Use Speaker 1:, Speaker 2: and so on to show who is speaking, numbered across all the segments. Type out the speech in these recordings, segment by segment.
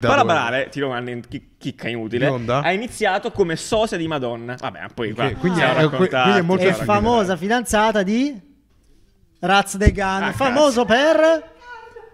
Speaker 1: Paola Barale, tiro una chi- chicca inutile,
Speaker 2: Bionda?
Speaker 1: ha iniziato come sosia di Madonna. Vabbè, poi qua
Speaker 2: Ok, quindi
Speaker 1: siamo
Speaker 2: è- que-
Speaker 1: raccontati.
Speaker 2: quindi è molto-
Speaker 3: È
Speaker 2: Cioè,
Speaker 3: famosa fidanzata di Raz De Gan,
Speaker 1: Ah,
Speaker 3: famoso per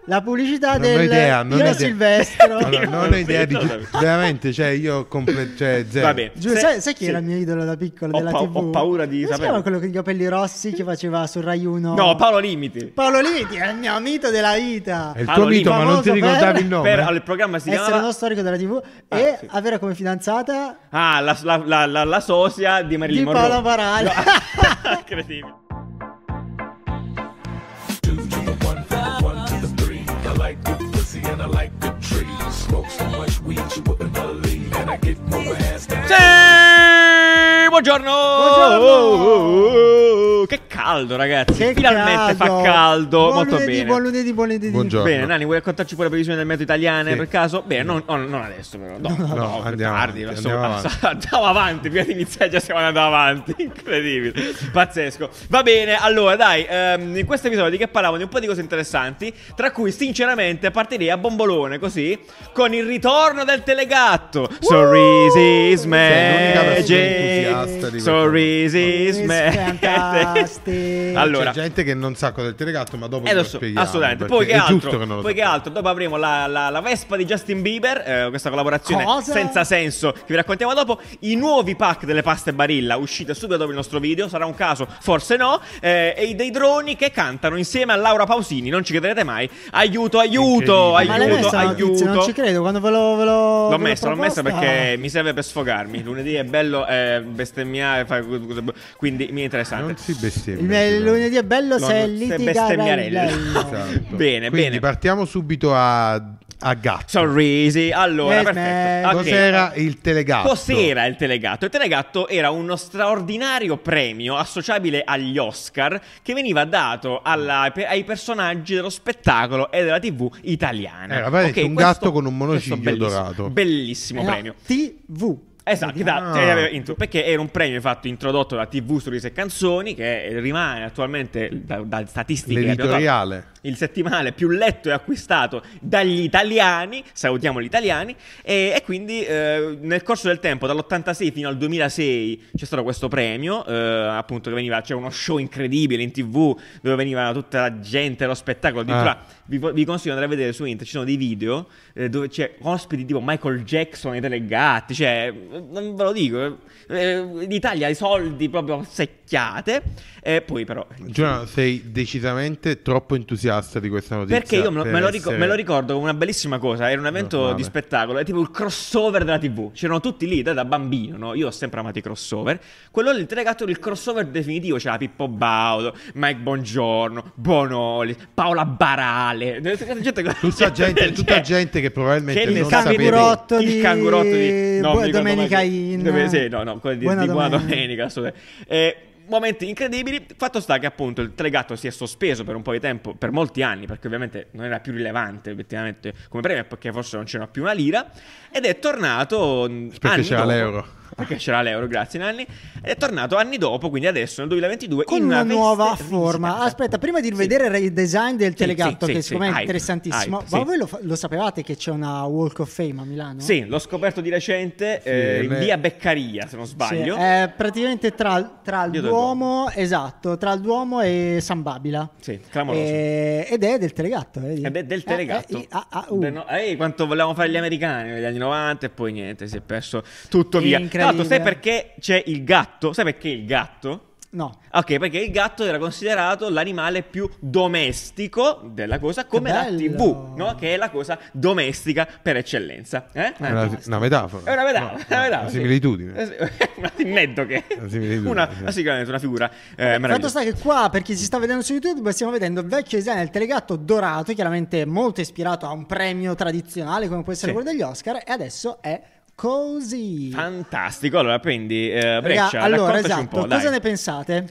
Speaker 3: la pubblicità
Speaker 2: Non
Speaker 3: del
Speaker 2: ho idea, non ho
Speaker 3: Io
Speaker 2: idea.
Speaker 3: Silvestro.
Speaker 2: Allora,
Speaker 1: Io
Speaker 2: non
Speaker 1: non
Speaker 2: ho idea di chi...
Speaker 1: so.
Speaker 2: veramente, cioè io comple- cioè, zero.
Speaker 1: Va bene.
Speaker 3: Giù,
Speaker 1: Se-
Speaker 3: sai, sai chi
Speaker 1: sì.
Speaker 3: era il mio idolo da piccolo
Speaker 1: Ho
Speaker 3: della
Speaker 1: pa-
Speaker 3: TV?
Speaker 1: ho paura di
Speaker 3: Come si
Speaker 1: saperlo.
Speaker 3: chiama quello con i capelli rossi che faceva su Rai 1?
Speaker 1: No, Paolo Limiti.
Speaker 3: Paolo Liti è il mio amico della vita.
Speaker 2: È il tuo
Speaker 1: Paolo
Speaker 2: mito, ma
Speaker 3: Lì,
Speaker 2: non ti
Speaker 3: famoso
Speaker 2: ricordavi
Speaker 3: per-
Speaker 2: il nome? Eh,
Speaker 1: Per- allora, il programma si
Speaker 3: Essere uno
Speaker 1: chiamava...
Speaker 3: storico della TV
Speaker 1: Ah,
Speaker 3: e
Speaker 1: sì.
Speaker 3: avere come fidanzata
Speaker 1: Ah, la, la, la, la, la sosia di Marilyn
Speaker 3: di
Speaker 1: Monroe.
Speaker 3: Paola Barale.
Speaker 1: Incredibile. Sì, buongiorno! Oh,
Speaker 3: Buongiorno!
Speaker 1: Che caldo, ragazzi!
Speaker 3: Che
Speaker 1: Finalmente
Speaker 3: caldo.
Speaker 1: fa caldo,
Speaker 3: Buon
Speaker 1: molto
Speaker 3: lunedì,
Speaker 1: bene.
Speaker 3: Buon lunedì, buon lunedì.
Speaker 2: Buongiorno.
Speaker 1: Bene, Nani, vuoi raccontarci poi la previsione del meteo italiane
Speaker 2: Sì.
Speaker 1: per caso? Bene, non, oh, non- non adesso, però. No, no,
Speaker 2: no,
Speaker 1: più
Speaker 2: andiamo avanti,
Speaker 1: tardi. adesso-
Speaker 2: andiamo avanti.
Speaker 1: andiamo avanti, prima di iniziare già stiamo andando avanti. Incredibile, pazzesco. Va bene, allora dai, ehm, in questo episodio di che parlavano di un po' di cose interessanti, tra cui sinceramente partirei a bombolone così, con il ritorno del telegatto. Sorrisi is
Speaker 2: l'unica persona entusiasta
Speaker 1: magic.
Speaker 2: di
Speaker 1: Sorrisi is
Speaker 3: questo.
Speaker 1: magic.
Speaker 3: Fantastico.
Speaker 1: allora,
Speaker 2: C'è gente che non sa cosa è il telegatto, ma dopo
Speaker 1: eh,
Speaker 2: ve
Speaker 1: lo
Speaker 2: lo
Speaker 1: so,
Speaker 2: spieghiamo.
Speaker 1: assolutamente.
Speaker 2: perché
Speaker 1: Poi che,
Speaker 2: è
Speaker 1: altro,
Speaker 2: giusto che non lo
Speaker 1: poi che
Speaker 2: sappiate.
Speaker 1: altro, dopo avremo la, la- la Vespa di Justin Bieber, eh, questa collaborazione
Speaker 3: Cosa?
Speaker 1: senza senso che vi raccontiamo dopo. I nuovi pack delle paste Barilla uscite subito dopo il nostro video, sarà un caso, forse no. eh, e i- dei droni che cantano insieme a Laura Pausini, non ci crederete mai. Aiuto, aiuto,
Speaker 2: Incredibile.
Speaker 3: Ma l'hai
Speaker 1: aiuto,
Speaker 3: messa la notizia?
Speaker 1: aiuto.
Speaker 3: Non ci credo, quando ve lo... Ve lo
Speaker 1: L'ho
Speaker 3: ve l'ho
Speaker 1: messa, l'ho messa
Speaker 3: proposta-
Speaker 1: perché mi serve per sfogarmi. Lunedì è bello eh, bestemmiare, fare cose- quindi mi è interessante.
Speaker 2: Non si bestemmia.
Speaker 3: Il mio lunedì è bello
Speaker 1: No,
Speaker 3: se è
Speaker 1: non- se
Speaker 3: litiga
Speaker 1: bestemmiarello.
Speaker 2: Esatto.
Speaker 1: Bene,
Speaker 2: Quindi
Speaker 1: bene.
Speaker 2: partiamo subito a, a gatto.
Speaker 1: Sorrisi, allora,
Speaker 3: Eh,
Speaker 1: perfetto.
Speaker 3: eh,
Speaker 1: Ok.
Speaker 2: Cos'era il telegatto?
Speaker 1: Cos'era il telegatto? Il telegatto era uno straordinario premio associabile agli Oscar che veniva dato alla- pe- ai personaggi dello spettacolo e della TV italiana.
Speaker 2: Era praticamente
Speaker 1: Ok,
Speaker 2: Eh, un
Speaker 1: questo-
Speaker 2: gatto con un monociglio
Speaker 1: questo bellissimo-
Speaker 2: dorato.
Speaker 1: Bellissimo
Speaker 3: Eh, no,
Speaker 1: premio.
Speaker 3: TV.
Speaker 1: Esatto, da-
Speaker 2: Ah.
Speaker 1: cioè, aveva intro- perché era un premio infatti introdotto da TV Stories e Canzoni che rimane attualmente da, da statistiche che abbiamo dato,
Speaker 2: L'editoriale.
Speaker 1: il settimale più letto e acquistato dagli italiani, salutiamo gli italiani, e, e quindi eh, nel corso del tempo, dall'86 fino al 2006, c'è stato questo premio, eh, appunto che veniva, c'era uno show incredibile in tv dove veniva tutta la gente, lo spettacolo, addirittura
Speaker 2: Ah.
Speaker 1: vi, vi consiglio di andare a vedere su internet, ci sono dei video eh, dove c'è ospiti tipo Michael Jackson e Telegatti, cioè, non ve lo dico, eh, l'Italia ha i soldi proprio secchiate, e poi però...
Speaker 2: Giuliano, sei decisamente troppo entusiasta di questa notizia.
Speaker 1: Perché io me,
Speaker 2: per
Speaker 1: me lo rico-
Speaker 2: essere-
Speaker 1: me lo ricordo come una bellissima cosa. Era un evento
Speaker 2: Normale.
Speaker 1: di spettacolo, è tipo il crossover della TV. C'erano tutti lì da, da bambino, no? Io ho sempre amato i crossover. Quello lì, il telegatto era il crossover definitivo. C'era Pippo Baudo, Mike Bongiorno, Bonoli, Paola Barale. Gente, Cioè,
Speaker 2: Tutta gente, tutta gente che probabilmente
Speaker 1: che
Speaker 2: non
Speaker 1: il
Speaker 2: sapeva.
Speaker 3: canguro- sapete.
Speaker 1: il cangurotto di
Speaker 3: Buona
Speaker 1: mi ricordo
Speaker 3: Domenica
Speaker 1: mai che-
Speaker 3: in-
Speaker 1: dove- sì, no, no, quello di,
Speaker 3: Buona
Speaker 1: di Buona
Speaker 3: Domenica.
Speaker 1: Domenica. assolutamente. Eh, momenti incredibili. Fatto sta che appunto il telegatto si è sospeso per un po' di tempo, per molti anni, perché ovviamente non era più rilevante obiettivamente come premio, perché forse non c'era più una lira. Ed è tornato. mh,
Speaker 2: Perché
Speaker 1: anni
Speaker 2: c'era
Speaker 1: dopo.
Speaker 2: l'euro.
Speaker 1: Perché c'era l'euro, grazie Nanni. Ed è tornato anni dopo, quindi adesso nel 2022
Speaker 3: Con
Speaker 1: in
Speaker 3: una,
Speaker 1: una,
Speaker 3: nuova
Speaker 1: veste
Speaker 3: forma.
Speaker 1: risicata.
Speaker 3: Aspetta, prima di
Speaker 1: Sì.
Speaker 3: rivedere il design del
Speaker 1: Sì,
Speaker 3: telegatto,
Speaker 1: sì,
Speaker 3: che
Speaker 1: sì,
Speaker 3: secondo
Speaker 1: sì,
Speaker 3: me è
Speaker 1: hype,
Speaker 3: interessantissimo,
Speaker 1: hype,
Speaker 3: ma
Speaker 1: sì.
Speaker 3: voi lo, fa- lo sapevate che c'è una Walk of Fame a Milano?
Speaker 1: Sì, l'ho scoperto di recente
Speaker 2: Sì,
Speaker 1: eh, in
Speaker 2: beh.
Speaker 1: via Beccaria, se non sbaglio.
Speaker 3: Sì, eh, è praticamente tra, tra il
Speaker 1: Dio del
Speaker 3: Duomo, esatto, tra il Duomo e San Babila.
Speaker 1: Sì, clamoroso.
Speaker 3: Eh, ed è del telegatto. vedi?
Speaker 1: Ed è del telegatto.
Speaker 3: Eh, eh, i- ah, ah, uh.
Speaker 1: Beh, no, eh, quanto volevamo fare gli americani negli anni 90 e poi niente, si è perso tutto via. Tra l'altro, sai
Speaker 3: Incredibile.
Speaker 1: perché c'è il gatto? Sai perché il gatto?
Speaker 3: No.
Speaker 1: Ok, perché il gatto era considerato l'animale più domestico della cosa, come la
Speaker 3: bello.
Speaker 1: TV, no? che è la cosa domestica per eccellenza. Eh?
Speaker 2: È una, una metafora.
Speaker 1: È una metà,
Speaker 2: No,
Speaker 1: è
Speaker 2: no,
Speaker 1: una metà,
Speaker 2: una
Speaker 1: sì.
Speaker 2: similitudine.
Speaker 1: Eh, sì, una- in mezzo che
Speaker 2: Una similitudine,
Speaker 1: una,
Speaker 2: sì.
Speaker 1: ma sicuramente una figura eh,
Speaker 3: Fatto
Speaker 1: meravigliosa.
Speaker 3: sta che qua, per chi si sta vedendo su YouTube, stiamo vedendo il vecchio design del telegatto dorato, chiaramente molto ispirato a un premio tradizionale come può essere
Speaker 1: Sì.
Speaker 3: quello degli Oscar, e adesso è così.
Speaker 1: Fantastico. Allora, prendi eh,
Speaker 3: Raga,
Speaker 1: Breccia,
Speaker 3: allora,
Speaker 1: raccontaci
Speaker 3: esatto,
Speaker 1: un po',
Speaker 3: cosa
Speaker 1: dai.
Speaker 3: ne pensate?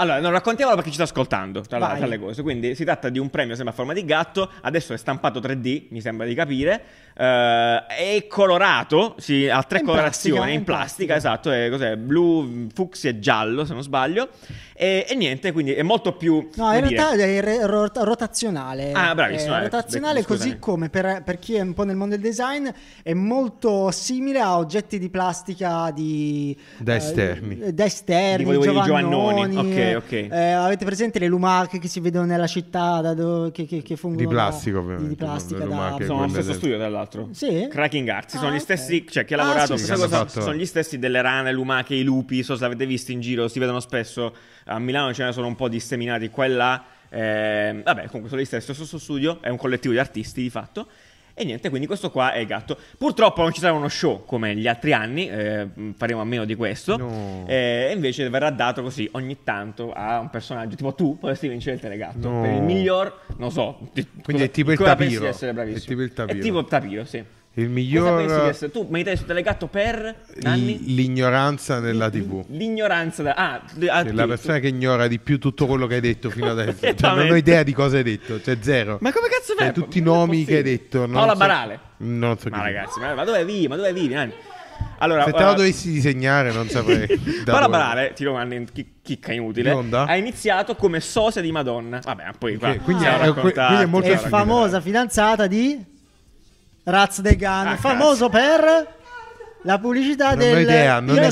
Speaker 1: Allora, non raccontiamolo perché ci sta ascoltando, tra, la-
Speaker 3: Vai.
Speaker 1: tra le cose. Quindi si tratta di un premio sempre a forma di gatto, adesso è stampato 3D, mi sembra di capire, eh, è colorato, sì, ha tre
Speaker 3: In
Speaker 1: colorazioni,
Speaker 3: plastica,
Speaker 1: in
Speaker 3: in
Speaker 1: plastica,
Speaker 3: plastica.
Speaker 1: esatto, è, cos'è? blu, fucsia e giallo, se non sbaglio, e, e niente, quindi è molto più...
Speaker 3: No, in
Speaker 1: come dire,
Speaker 3: realtà è re- rot- rotazionale.
Speaker 1: Ah, bravissimo,
Speaker 3: È
Speaker 1: ecco,
Speaker 3: rotazionale
Speaker 1: scusami.
Speaker 3: così come per, per chi è un po' nel mondo del design è molto simile a oggetti di plastica di...
Speaker 2: Da
Speaker 3: eh,
Speaker 2: esterni.
Speaker 3: eh, da esterni,
Speaker 1: Di quelli- quelli
Speaker 3: Giovannoni.
Speaker 1: Giovannoni, ok, ok.
Speaker 3: eh, avete presente le lumache che si vedono nella città da dove- che, che, che fungono?
Speaker 2: Di
Speaker 3: da-
Speaker 2: plastica, ovviamente,
Speaker 3: Di plastica,
Speaker 2: non le
Speaker 3: da-
Speaker 2: lumache,
Speaker 1: Sono lo
Speaker 2: quelle
Speaker 1: stesso
Speaker 2: del-
Speaker 1: studio, tra l'altro.
Speaker 3: Sì?
Speaker 1: Cracking Arts,
Speaker 3: Ah,
Speaker 1: sono gli
Speaker 3: ok.
Speaker 1: stessi, cioè chi ha
Speaker 3: Ah,
Speaker 1: lavorato,
Speaker 3: sì,
Speaker 1: stessa
Speaker 2: sì,
Speaker 1: cosa,
Speaker 2: hanno fatto-
Speaker 1: sono gli stessi delle rane, lumache, i lupi, so se l'avete visto in giro, si vedono spesso, a Milano ce ne sono un po' disseminati qua e là, eh, vabbè comunque sono gli stessi, lo stesso studio, è un collettivo di artisti di fatto. E niente, quindi questo qua è il gatto. Purtroppo non ci sarà uno show come gli altri anni, eh, faremo a meno di questo.
Speaker 2: No.
Speaker 1: Eh, E invece verrà dato così ogni tanto a un personaggio. Tipo tu potresti vincere il telegatto.
Speaker 2: No.
Speaker 1: Per il miglior, non so. ti-
Speaker 2: Quindi è tipo il
Speaker 1: cosa pensi di
Speaker 2: tapiro.
Speaker 1: essere bravissimo?
Speaker 2: È tipo il tapiro.
Speaker 1: È tipo il tapiro, sì.
Speaker 2: Il
Speaker 1: Cosa pensi di
Speaker 2: miglior
Speaker 1: essere? Tu meriterai sul telegatto per
Speaker 2: l-
Speaker 1: Nanni?
Speaker 2: l'ignoranza nella TV.
Speaker 1: L'ignoranza da... Ah, ah,
Speaker 2: Cioè, la
Speaker 1: tu-
Speaker 2: persona
Speaker 1: tu-
Speaker 2: che ignora di più tutto quello che hai detto fino adesso. Cioè, non ho
Speaker 1: Completamente.
Speaker 2: idea di cosa hai detto, cioè zero.
Speaker 1: Ma come cazzo fai?
Speaker 2: Cioè, tutti i
Speaker 1: Non è
Speaker 2: nomi che hai
Speaker 1: possibile.
Speaker 2: detto. non
Speaker 1: Paola
Speaker 2: so-
Speaker 1: Barale.
Speaker 2: Non so chi
Speaker 1: Ma
Speaker 2: sia.
Speaker 1: ragazzi, ma, ma dove vivi? Ma dove vivi, Nanni? Allora,
Speaker 2: Se te la
Speaker 1: eh,
Speaker 2: dovessi disegnare non saprei. da
Speaker 1: Paola
Speaker 2: dove.
Speaker 1: Barale, ti domando chi- chicca inutile,
Speaker 2: Bionda?
Speaker 1: ha iniziato come sosia di Madonna. Vabbè, poi qua
Speaker 2: Ok, quindi
Speaker 1: siamo
Speaker 2: è- que-
Speaker 1: raccontati.
Speaker 2: quindi è molto
Speaker 3: È
Speaker 2: Cosa racconterai?
Speaker 3: famosa fidanzata di Raz De Gan,
Speaker 1: Ah,
Speaker 3: famoso per la pubblicità
Speaker 2: Non ho
Speaker 3: del
Speaker 2: idea, non ho
Speaker 3: Io
Speaker 2: idea.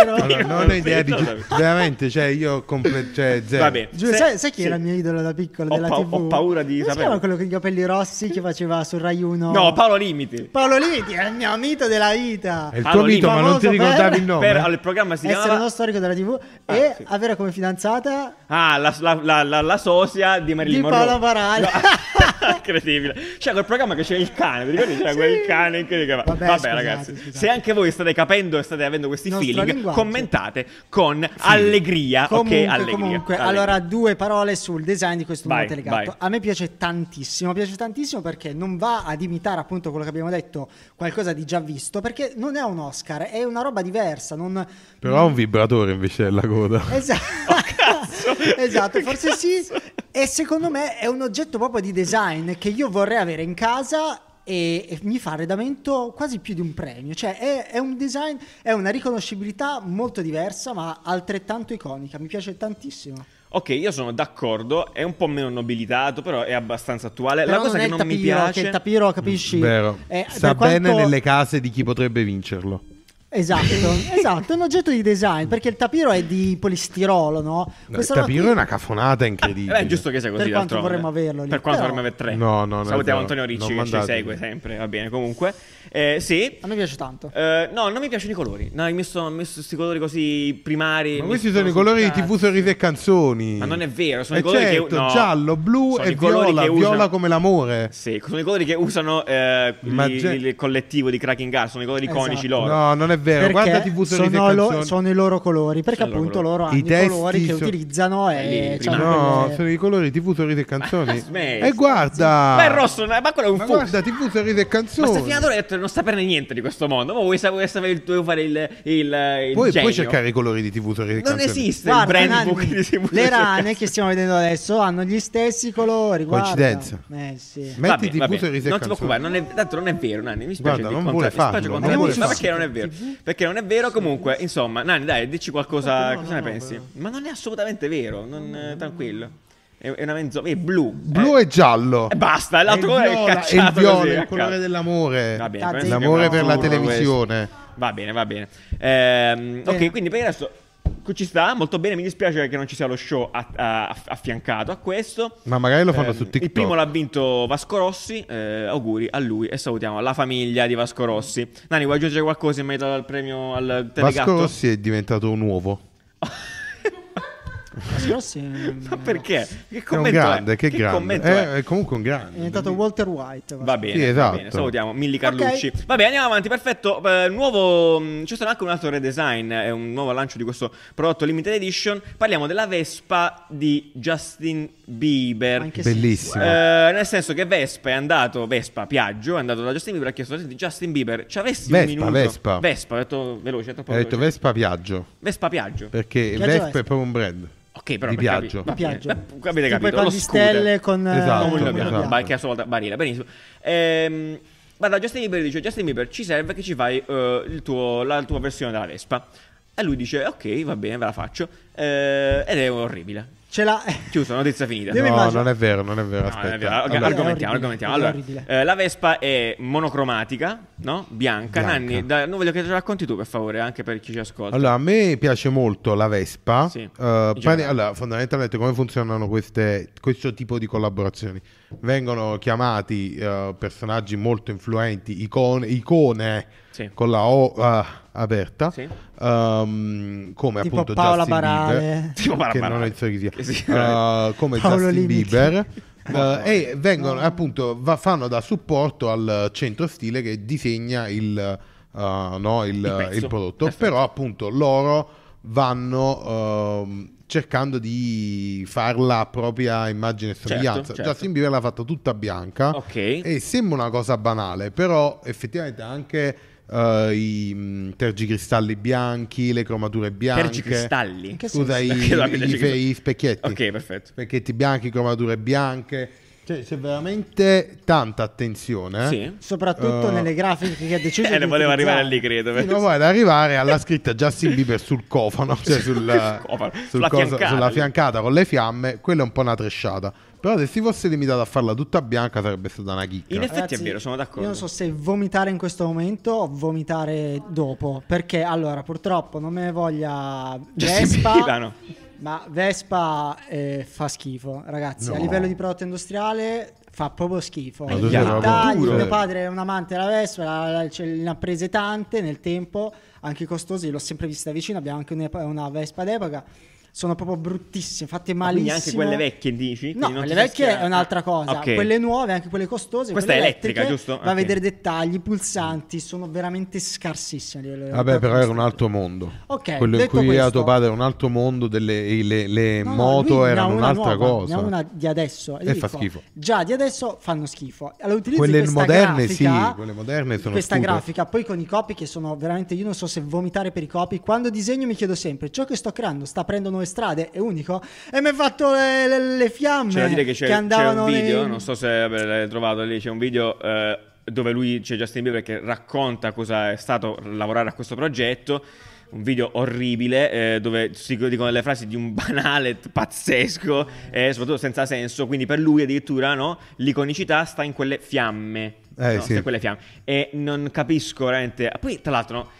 Speaker 2: Allora, non
Speaker 1: Io non
Speaker 2: ho idea di
Speaker 1: so
Speaker 2: chi-
Speaker 1: dove-
Speaker 2: veramente, cioè io comple- cioè, zero.
Speaker 1: Va bene.
Speaker 3: Giù,
Speaker 1: Se-
Speaker 3: sai, sai chi
Speaker 1: sì.
Speaker 3: era il mio idolo da piccolo
Speaker 1: Ho
Speaker 3: della
Speaker 1: pa-
Speaker 3: TV?
Speaker 1: ho paura di
Speaker 3: Come si
Speaker 1: saperlo.
Speaker 3: chiama quello con i capelli rossi che faceva sul Rai 1?
Speaker 1: No, Paolo Limiti.
Speaker 3: Paolo Liti è il mio amico della vita.
Speaker 2: È il tuo
Speaker 1: Allora,
Speaker 2: mito,
Speaker 1: lì-
Speaker 2: ma non ti
Speaker 3: famoso
Speaker 2: ricordavi
Speaker 3: per-
Speaker 2: il nome?
Speaker 1: Per- allora, il programma si
Speaker 3: Essere
Speaker 1: chiamava
Speaker 3: uno storico della TV
Speaker 1: Ah,
Speaker 3: e
Speaker 1: sì.
Speaker 3: avere come fidanzata
Speaker 1: Ah, la, la- la- la- la sosia di Marilyn
Speaker 3: Di
Speaker 1: Monroe.
Speaker 3: Paola Barale.
Speaker 1: No. Incredibile. C'era quel programma che c'era il cane, vi ricordate? C'era
Speaker 3: Sì.
Speaker 1: quel cane incredibile. Vabbè,
Speaker 3: Vabbè,
Speaker 1: Vabbè
Speaker 3: scusate,
Speaker 1: ragazzi,
Speaker 3: scusate.
Speaker 1: se anche voi state capendo e state avendo questi
Speaker 3: Il nostro
Speaker 1: feeling,
Speaker 3: linguaggio.
Speaker 1: commentate con allegria,
Speaker 3: Comunque,
Speaker 1: Ah, ok? Allegria.
Speaker 3: comunque,
Speaker 1: Allegria.
Speaker 3: allora due parole sul design di questo nuovo
Speaker 1: Vai,
Speaker 3: telegatto.
Speaker 1: vai.
Speaker 3: A me piace tantissimo, piace tantissimo perché non va ad imitare appunto quello che abbiamo detto, qualcosa di già visto, perché non è un Oscar, è una roba diversa, non
Speaker 2: Però ha un vibratore invece della coda.
Speaker 3: Esatto.
Speaker 1: Oh,
Speaker 3: esatto, forse sì. E secondo me è un oggetto proprio di design che io vorrei avere in casa e, e mi fa arredamento quasi più di un premio. Cioè è, è un design, è una riconoscibilità molto diversa ma altrettanto iconica. Mi piace tantissimo.
Speaker 1: Ok, io sono d'accordo, è un po' meno nobilitato, però è abbastanza attuale.
Speaker 3: Però
Speaker 1: la cosa
Speaker 3: non è
Speaker 1: che
Speaker 3: il
Speaker 1: non
Speaker 3: tapiro,
Speaker 1: mi piace
Speaker 3: Che il tapiro, capisci?
Speaker 2: Mm, Vero.
Speaker 3: Eh,
Speaker 2: Sta
Speaker 3: per quanto-
Speaker 2: bene nelle case di chi potrebbe vincerlo.
Speaker 3: Esatto, esatto, è un oggetto di design perché il tapiro è di polistirolo, no?
Speaker 2: Il
Speaker 3: Questa roba
Speaker 2: tapiro
Speaker 3: qui-
Speaker 2: è una cafonata incredibile.
Speaker 1: Eh, è giusto che sia così.
Speaker 3: Per quanto
Speaker 1: d'altronde.
Speaker 3: vorremmo averlo lì,
Speaker 1: Per quanto
Speaker 3: però-
Speaker 1: vorremmo avere tre.
Speaker 2: No, no, no,
Speaker 1: Salutiamo
Speaker 2: no,
Speaker 1: Antonio
Speaker 2: non
Speaker 1: Ricci che ci
Speaker 2: mandatemi.
Speaker 1: segue sempre. Va bene, comunque. Eh, sì.
Speaker 3: A me piace tanto.
Speaker 1: Eh, no, non mi piacciono i colori. No, ho messo, ho messo questi colori così primari.
Speaker 2: Ma
Speaker 1: mi
Speaker 2: questi sono i colori di TV, sorrisi e canzoni.
Speaker 1: Ma non è vero, sono
Speaker 2: Eh
Speaker 1: i colori che-
Speaker 2: certo,
Speaker 1: no.
Speaker 2: giallo, blu
Speaker 1: Sono
Speaker 2: e
Speaker 1: i colori
Speaker 2: viola.
Speaker 1: che
Speaker 2: Viola
Speaker 1: usano-
Speaker 2: come l'amore.
Speaker 1: Sì, sono i colori che usano eh, gli-
Speaker 2: Ma ge-
Speaker 1: il collettivo di Cracking Gas. Sono i colori iconici
Speaker 3: Esatto.
Speaker 1: loro.
Speaker 2: No, non è vero.
Speaker 3: Perché
Speaker 2: Guarda TV, sorrisi
Speaker 3: sono,
Speaker 2: e
Speaker 3: lo-
Speaker 2: canzoni.
Speaker 3: sono i loro colori perché
Speaker 1: Sono i loro
Speaker 3: appunto loro,
Speaker 2: I
Speaker 3: hanno i
Speaker 2: testi
Speaker 3: colori che
Speaker 2: sono-
Speaker 3: utilizzano e
Speaker 1: Quelli
Speaker 3: c'hanno
Speaker 2: No,
Speaker 3: quelle-
Speaker 2: sono i colori TV, sorrisi e canzoni.
Speaker 1: Ah, smetti.
Speaker 2: e guarda.
Speaker 1: Ma è rosso, no, ma quello è un
Speaker 2: Ma
Speaker 1: fucsia.
Speaker 2: guarda TV, sorrisi e
Speaker 1: Ma
Speaker 2: canzoni.
Speaker 1: stai fino ad ora hai detto di non saperne niente di questo mondo. Ma vuoi sapere, sapere il tuo fare il, il, il
Speaker 2: Puoi, puoi
Speaker 1: genio?
Speaker 2: cercare i colori di TV, sorrisi e
Speaker 1: Non
Speaker 2: canzoni.
Speaker 1: esiste
Speaker 3: Guarda,
Speaker 1: il brand
Speaker 3: Nanni,
Speaker 1: book di Simone
Speaker 3: le
Speaker 1: Seccani.
Speaker 3: rane che stiamo vedendo adesso hanno gli stessi colori. guarda.
Speaker 2: Coincidenza.
Speaker 3: Eh sì.
Speaker 1: Va
Speaker 2: Metti
Speaker 1: bene,
Speaker 2: TV,
Speaker 1: va
Speaker 2: sorrisi
Speaker 1: bene.
Speaker 2: e canzoni.
Speaker 1: Non ti preoccupare, non è, tanto non è vero, Nanni. Mi spiace,
Speaker 2: Guarda,
Speaker 1: di
Speaker 2: non
Speaker 1: contra-
Speaker 2: vuole
Speaker 1: mi spiace
Speaker 2: farlo, non
Speaker 1: contraddirti,
Speaker 3: vuole
Speaker 1: ma
Speaker 3: farlo.
Speaker 1: perché non è vero? Perché non è vero, comunque, insomma, Nanni, dai, dici qualcosa, cosa ne pensi? Ma non è assolutamente vero, non, eh, tranquillo. È, è una menzogna, è blu.
Speaker 2: Blu
Speaker 1: eh.
Speaker 2: e giallo.
Speaker 1: E basta, l'altro
Speaker 2: E
Speaker 1: colore è
Speaker 2: viola,
Speaker 1: cacciato
Speaker 2: e il viola,
Speaker 1: così,
Speaker 2: il
Speaker 1: a
Speaker 2: colore
Speaker 1: caso.
Speaker 2: dell'amore.
Speaker 1: Va bene,
Speaker 3: Ah,
Speaker 1: penso che
Speaker 2: L'amore
Speaker 1: è
Speaker 2: per la
Speaker 1: assurdo questo.
Speaker 2: televisione.
Speaker 1: Va bene, va bene. Ehm,
Speaker 3: Bene.
Speaker 1: Ok, quindi per il resto qui ci sta, molto bene. Mi dispiace che non ci sia lo show a- a- affiancato a questo.
Speaker 2: Ma magari lo fanno
Speaker 1: Ehm,
Speaker 2: su TikTok.
Speaker 1: Il primo l'ha vinto Vasco Rossi. eh, auguri a lui e salutiamo la famiglia di Vasco Rossi. Nani, vuoi aggiungere qualcosa in merito al premio al
Speaker 2: Vasco
Speaker 1: telegatto?
Speaker 2: Rossi è diventato un uovo.
Speaker 3: Però sì,
Speaker 1: Ma perché?
Speaker 2: È
Speaker 1: Che
Speaker 2: un
Speaker 1: commento è?
Speaker 2: grande, che, grande.
Speaker 1: commento
Speaker 2: Eh,
Speaker 1: è?
Speaker 2: è comunque un
Speaker 3: È
Speaker 2: grande.
Speaker 3: diventato Walter White.
Speaker 1: Va bene,
Speaker 2: Sì,
Speaker 1: va
Speaker 2: esatto.
Speaker 1: bene, salutiamo Milli Carlucci. Va bene, andiamo avanti, perfetto. Eh, nuovo, mh, c'è stato anche un altro redesign, è un nuovo lancio di questo prodotto limited edition. Parliamo della Vespa di Justin Bieber.
Speaker 3: Anche sì.
Speaker 2: Bellissimo.
Speaker 1: Eh, nel senso che Vespa è andato, Vespa Piaggio è andato da Justin Bieber e ha chiesto: "Senti, Justin Bieber, ci avresti
Speaker 2: Vespa,
Speaker 1: un minuto?
Speaker 2: Vespa.
Speaker 1: Vespa, ho detto veloce, è troppo
Speaker 2: Hai detto
Speaker 1: veloce.
Speaker 2: Vespa Esatto, Piaggio.
Speaker 1: Vespa Piaggio.
Speaker 2: Perché
Speaker 3: Piaggio
Speaker 2: Vespa
Speaker 3: Vespa.
Speaker 2: è proprio un brand.
Speaker 1: Ok, però
Speaker 2: Di
Speaker 1: per
Speaker 2: Piaggio.
Speaker 1: capi-
Speaker 3: Di Piaggio.
Speaker 1: Beh, Avete
Speaker 3: Tipo i
Speaker 1: capito? Lo
Speaker 3: pandistelle
Speaker 1: scooter.
Speaker 3: con eh,
Speaker 2: Esatto,
Speaker 1: Come il
Speaker 2: esatto.
Speaker 1: Nobbiano, ba- che è solo da barilla, benissimo. Ehm, guarda, Justin Bieber dice: Justin Bieber, ci serve che ci fai eh, il tuo- la tua versione della Vespa. E lui dice: Ok, va bene, ve la faccio. Eh, ed è orribile.
Speaker 3: Ce l'ha.
Speaker 1: Chiuso, notizia finita.
Speaker 3: Io mi
Speaker 2: No,
Speaker 3: immagino-
Speaker 2: non è vero, non è vero.
Speaker 1: No,
Speaker 2: Aspetta.
Speaker 1: non è vero. Arg-
Speaker 2: Allora,
Speaker 1: argomentiamo,
Speaker 3: È orribile,
Speaker 1: argomentiamo.
Speaker 3: è
Speaker 1: Allora,
Speaker 3: orribile.
Speaker 1: eh, la Vespa è monocromatica, no? Bianca.
Speaker 2: Bianca.
Speaker 1: Nanni, da- non voglio che ce la racconti tu, per favore, anche per chi ci ascolta.
Speaker 2: Allora, a me piace molto la Vespa.
Speaker 1: Sì,
Speaker 2: Eh,
Speaker 1: in
Speaker 2: prende-
Speaker 1: generale.
Speaker 2: allora, fondamentalmente, come funzionano queste, questo tipo di collaborazioni? Vengono chiamati eh, personaggi molto influenti, icone, icone
Speaker 1: Sì.
Speaker 2: con la O ah, aperta,
Speaker 1: Sì.
Speaker 2: ehm, come
Speaker 3: Tipo
Speaker 2: appunto
Speaker 3: Paola
Speaker 2: Justin
Speaker 3: Barale.
Speaker 2: Bieber,
Speaker 1: Tipo Paola
Speaker 2: che non
Speaker 1: Barale.
Speaker 2: è il suo chi sia,
Speaker 1: Che sì,
Speaker 2: eh,
Speaker 1: veramente.
Speaker 2: come
Speaker 3: Paolo
Speaker 2: Justin
Speaker 3: Limiti.
Speaker 2: Bieber.
Speaker 1: No.
Speaker 2: eh, e vengono appunto va- fanno da supporto al centro stile che disegna il, eh, no, il,
Speaker 1: Il pezzo.
Speaker 2: il prodotto,
Speaker 1: Perfetto.
Speaker 2: però appunto loro vanno ehm, cercando di farla a propria immagine e
Speaker 1: Certo,
Speaker 2: somiglianza.
Speaker 1: certo.
Speaker 2: Justin Bieber l'ha fatta tutta bianca
Speaker 1: Ok.
Speaker 2: e sembra una cosa banale, però effettivamente anche eh, i mh, tergicristalli bianchi, le cromature bianche,
Speaker 1: Tergicristalli.
Speaker 3: Che
Speaker 2: scusa, i,
Speaker 1: senso? Perché l'abbiamo
Speaker 2: gli, fe-
Speaker 1: tergicristalli?
Speaker 2: gli specchietti,
Speaker 1: Ok, perfetto.
Speaker 2: specchietti bianchi, cromature bianche, cioè c'è veramente tanta attenzione.
Speaker 1: Sì.
Speaker 3: Soprattutto
Speaker 2: Eh.
Speaker 3: nelle grafiche che ha deciso
Speaker 1: Eh,
Speaker 3: di
Speaker 1: ne voleva arrivare
Speaker 3: utilizzare.
Speaker 1: lì, credo.
Speaker 2: Fino poi ad arrivare alla scritta Justin Bieber sul cofano, cioè sul-
Speaker 1: cofano,
Speaker 2: sul
Speaker 1: sulla
Speaker 2: coso-
Speaker 1: fiancata.
Speaker 2: sulla fiancata con le fiamme, quella è un po' una tresciata. Però se si fosse limitato a farla tutta bianca sarebbe stata una chicca.
Speaker 1: In effetti è
Speaker 3: Ragazzi,
Speaker 1: vero, sono d'accordo.
Speaker 3: Io non so se vomitare in questo momento o vomitare dopo. Perché allora, purtroppo non me ne voglia
Speaker 1: Justin
Speaker 3: Vespa.
Speaker 1: Bieber, no.
Speaker 3: Ma Vespa eh, fa schifo, ragazzi. A
Speaker 2: No.
Speaker 3: livello di prodotto industriale fa proprio schifo.
Speaker 2: Ma
Speaker 3: I
Speaker 1: tu sei
Speaker 3: dettagli,
Speaker 1: proprio-
Speaker 3: mio padre è un amante della Vespa, la- la- ce ne ha prese tante nel tempo, anche costose, l'ho sempre vista vicino, abbiamo anche un'epo- una Vespa d'epoca. Sono proprio bruttissime, fatte
Speaker 1: Ma
Speaker 3: malissimo.
Speaker 1: quindi anche quelle vecchie, dici? Quindi
Speaker 3: No,
Speaker 1: non
Speaker 3: quelle
Speaker 1: ti sei
Speaker 3: vecchie
Speaker 1: schierato.
Speaker 3: è un'altra cosa.
Speaker 1: Ok.
Speaker 3: Quelle nuove, anche quelle costose.
Speaker 1: Questa
Speaker 3: quelle
Speaker 1: è elettrica,
Speaker 3: elettriche,
Speaker 1: giusto? Ok.
Speaker 3: Va a vedere dettagli, i pulsanti, sono veramente scarsissime. a livello-
Speaker 2: Vabbè, però era un altro mondo.
Speaker 3: Ok,
Speaker 2: Quello in
Speaker 3: detto
Speaker 2: cui viveva
Speaker 3: questo-
Speaker 2: tuo padre era un altro mondo, delle, le, le
Speaker 3: No, no, lui
Speaker 2: moto
Speaker 3: ne ha
Speaker 2: erano
Speaker 3: una
Speaker 2: un'altra
Speaker 3: nuova,
Speaker 2: cosa.
Speaker 3: Ne ha una di adesso.
Speaker 2: E
Speaker 3: dico,
Speaker 2: fa schifo.
Speaker 3: Già di adesso fanno schifo. Allora utilizzi
Speaker 2: Quelle
Speaker 3: questa
Speaker 2: moderne,
Speaker 3: grafica,
Speaker 2: sì, quelle moderne sono
Speaker 3: Questa
Speaker 2: stupide.
Speaker 3: grafica, poi con i copy che sono veramente, io non so se vomitare per i copy. Quando disegno mi chiedo sempre, ciò che sto creando sta aprendo nuove strade, è unico? E mi ha fatto le, le- le fiamme
Speaker 1: C'è da dire che c'è, c'è
Speaker 3: andavano
Speaker 1: un video,
Speaker 3: nei-
Speaker 1: non so se vabbè, l'hai trovato lì, c'è un video eh, dove lui, c'è Justin Bieber che racconta cosa è stato lavorare a questo progetto. Un video orribile eh, dove si dicono le frasi di un banale t- pazzesco e soprattutto senza senso. Quindi per lui addirittura no, l'iconicità sta in quelle fiamme.
Speaker 2: Eh,
Speaker 1: no?
Speaker 2: sì.
Speaker 1: Sta in quelle fiamme. E non capisco veramente. Poi tra l'altro no,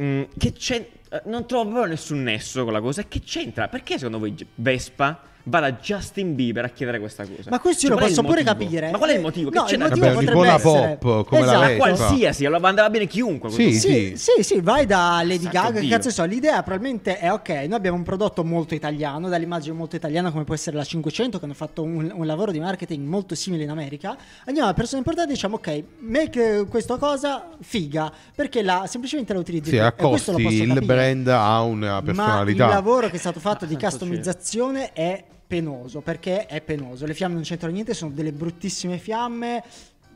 Speaker 1: Mm, che c'è. eh, Non trovo proprio nessun nesso con la cosa. Che c'entra? Perché secondo voi G- Vespa va da Justin Bieber a chiedere questa cosa?
Speaker 3: Ma questo io
Speaker 1: Cioè,
Speaker 3: lo
Speaker 1: qual è
Speaker 3: posso
Speaker 1: il
Speaker 3: pure
Speaker 1: motivo?
Speaker 3: capire. eh.
Speaker 1: Ma qual è il motivo?
Speaker 3: No,
Speaker 1: che c'è
Speaker 3: il
Speaker 1: da
Speaker 3: motivo
Speaker 2: Vabbè,
Speaker 3: potrebbe
Speaker 2: un'icona
Speaker 3: essere-
Speaker 2: pop come la
Speaker 3: Esatto.
Speaker 1: Ma
Speaker 2: Vespa.
Speaker 1: qualsiasi, allora andava bene chiunque.
Speaker 2: Sì,
Speaker 1: questo-
Speaker 3: Sì, sì, sì, vai da Lady
Speaker 1: Santo
Speaker 3: Gaga, che
Speaker 1: Dio.
Speaker 3: cazzo so, l'idea probabilmente è ok, noi abbiamo un prodotto molto italiano, dall'immagine molto italiana come può essere la 500 che hanno fatto un, un lavoro di marketing molto simile in America, andiamo a persone importanti e diciamo ok, make eh, questa cosa figa, perché la, semplicemente la utilizzi
Speaker 2: Sì,
Speaker 3: tu.
Speaker 2: a
Speaker 3: E questo lo
Speaker 2: costi
Speaker 3: posso
Speaker 2: il
Speaker 3: capire.
Speaker 2: brand ha una personalità.
Speaker 3: Ma il lavoro che è stato fatto di
Speaker 1: Ah, Santo cielo.
Speaker 3: customizzazione è penoso, perché è penoso. Le fiamme non c'entrano niente, sono delle bruttissime fiamme.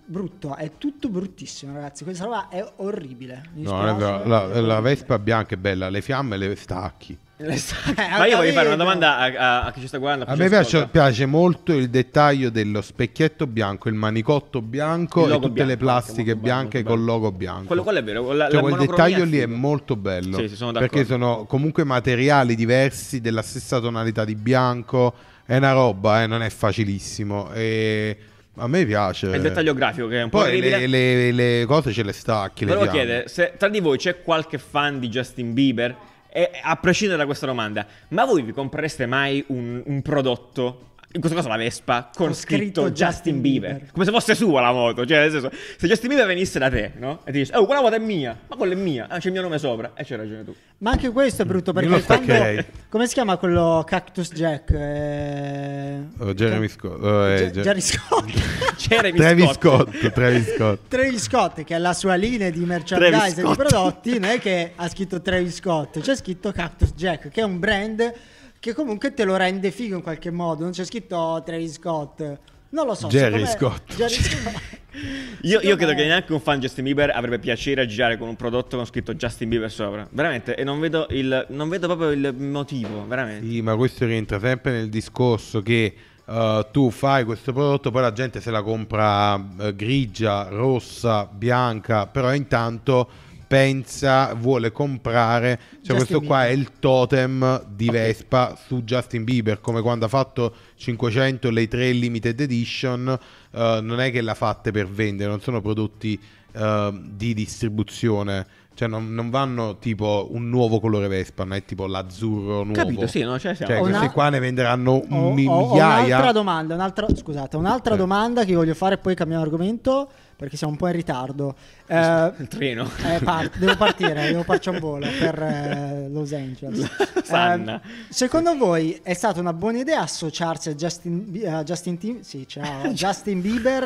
Speaker 3: Brutto, è tutto bruttissimo, ragazzi. Questa roba è orribile. Mi
Speaker 2: No, non è
Speaker 3: dispiace.
Speaker 2: vero. la, la Vespa bianca è bella, le fiamme le stacchi.
Speaker 1: Le sa-
Speaker 3: Eh,
Speaker 1: Ma io voglio
Speaker 3: capito.
Speaker 1: fare una domanda a, a- a chi ci sta guardando.
Speaker 2: A
Speaker 1: chi
Speaker 2: me
Speaker 1: ci
Speaker 2: piace,
Speaker 1: ascolta.
Speaker 2: piace molto il dettaglio dello specchietto bianco, il manicotto bianco
Speaker 1: Il
Speaker 2: e
Speaker 1: logo
Speaker 2: tutte
Speaker 1: bianco,
Speaker 2: le plastiche
Speaker 1: molto bello,
Speaker 2: bianche
Speaker 1: molto
Speaker 2: col
Speaker 1: bello.
Speaker 2: logo bianco.
Speaker 1: Quello, quello è vero. La,
Speaker 2: Cioè,
Speaker 1: la
Speaker 2: quel
Speaker 1: monocromia
Speaker 2: dettaglio lì è
Speaker 1: figo.
Speaker 2: molto bello
Speaker 1: Sì, sì, sono d'accordo.
Speaker 2: perché sono comunque materiali diversi della stessa tonalità di bianco. È una roba, eh, non è facilissimo. E a me piace.
Speaker 1: È il dettaglio grafico che è un po'
Speaker 2: Poi
Speaker 1: orribile.
Speaker 2: le, le- le cose ce le stacchi. le
Speaker 1: Volevo
Speaker 2: fiamme.
Speaker 1: chiedere se tra di voi c'è qualche fan di Justin Bieber, e, a prescindere da questa domanda, ma voi vi comprereste mai un, un prodotto? In questo caso la Vespa con
Speaker 3: Con
Speaker 1: scritto,
Speaker 3: scritto
Speaker 1: Justin,
Speaker 3: Justin
Speaker 1: Bieber.
Speaker 3: Bieber.
Speaker 1: Come se fosse sua la moto. Cioè, nel senso, se Justin Bieber venisse da te, no? E ti dice, oh, quella moto è mia, ma quella è mia, ah, c'è il mio nome sopra. E c'hai ragione tu.
Speaker 3: Ma anche questo è brutto
Speaker 2: Io lo
Speaker 3: perché quando-
Speaker 2: staccherei.
Speaker 3: come si chiama quello Cactus Jack? Eh...
Speaker 2: Oh, Jeremy Scott. oh, eh,
Speaker 3: Ge-
Speaker 2: Jer-
Speaker 3: Jerry Scott.
Speaker 1: Jeremy
Speaker 2: Travis Scott. Travis Scott.
Speaker 3: Travis Scott, che è la sua linea di merchandise e di
Speaker 1: Scott.
Speaker 3: prodotti, non è che ha scritto Travis Scott, c'è scritto Cactus Jack, che è un brand che comunque te lo rende figo in qualche modo. Non c'è scritto Travis Scott. Non lo so.
Speaker 2: Jerry
Speaker 3: siccome-
Speaker 2: Scott.
Speaker 3: Jerry Scott.
Speaker 1: Io, io
Speaker 3: Secondo
Speaker 1: credo
Speaker 3: me-
Speaker 1: che neanche un fan di Justin Bieber avrebbe piacere a girare con un prodotto con scritto Justin Bieber sopra. Veramente, e non vedo, il, non vedo proprio il motivo, veramente.
Speaker 2: Sì, ma questo rientra sempre nel discorso che eh, tu fai questo prodotto, poi la gente se la compra eh, grigia, rossa, bianca, però intanto pensa, vuole comprare, cioè
Speaker 3: Justin
Speaker 2: questo qua è
Speaker 3: Bieber.
Speaker 2: il totem di Vespa su Justin Bieber, come quando ha fatto 500 le tre limited edition, eh, non è che l'ha fatte per vendere, non sono prodotti eh, di distribuzione. Cioè non, non vanno tipo un nuovo colore Vespa, non è tipo l'azzurro nuovo.
Speaker 1: Capito, sì, no, cioè, siamo-
Speaker 2: Cioè,
Speaker 3: Ho
Speaker 2: questi
Speaker 3: una-
Speaker 2: qua ne venderanno
Speaker 3: Ho-
Speaker 2: mi-
Speaker 3: ho- Oh, ho un'altra
Speaker 2: migliaia.
Speaker 3: domanda, un'altra, scusate, un'altra
Speaker 2: Eh.
Speaker 3: domanda che voglio fare e poi cambiamo argomento perché siamo un po' in ritardo. Eh,
Speaker 1: Il treno.
Speaker 3: eh, par- devo partire, devo farci un volo per eh, Los Angeles.
Speaker 1: Sanna.
Speaker 3: Eh, secondo voi è stata una buona idea associarsi a Justin, Bi- a Justin, Tim- sì, ciao, a Justin Bieber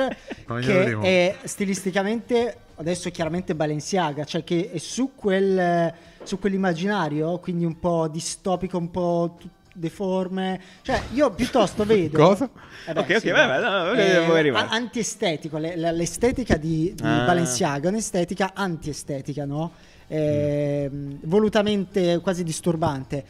Speaker 2: Non glielo
Speaker 3: che
Speaker 2: dico.
Speaker 3: è stilisticamente adesso chiaramente Balenciaga, cioè che è su, quel, su quell'immaginario, quindi un po' distopico, un po' tut- deforme. Cioè io piuttosto vedo...
Speaker 2: Cosa?
Speaker 3: Eh beh,
Speaker 1: Ok, ok,
Speaker 3: sì,
Speaker 1: vai, vai, no, ok,
Speaker 3: eh,
Speaker 1: vuoi arrivare.
Speaker 3: a- antiestetico, le- le- l'estetica di, di
Speaker 1: Ah.
Speaker 3: Balenciaga è un'estetica antiestetica, no? Ehm, Volutamente quasi disturbante.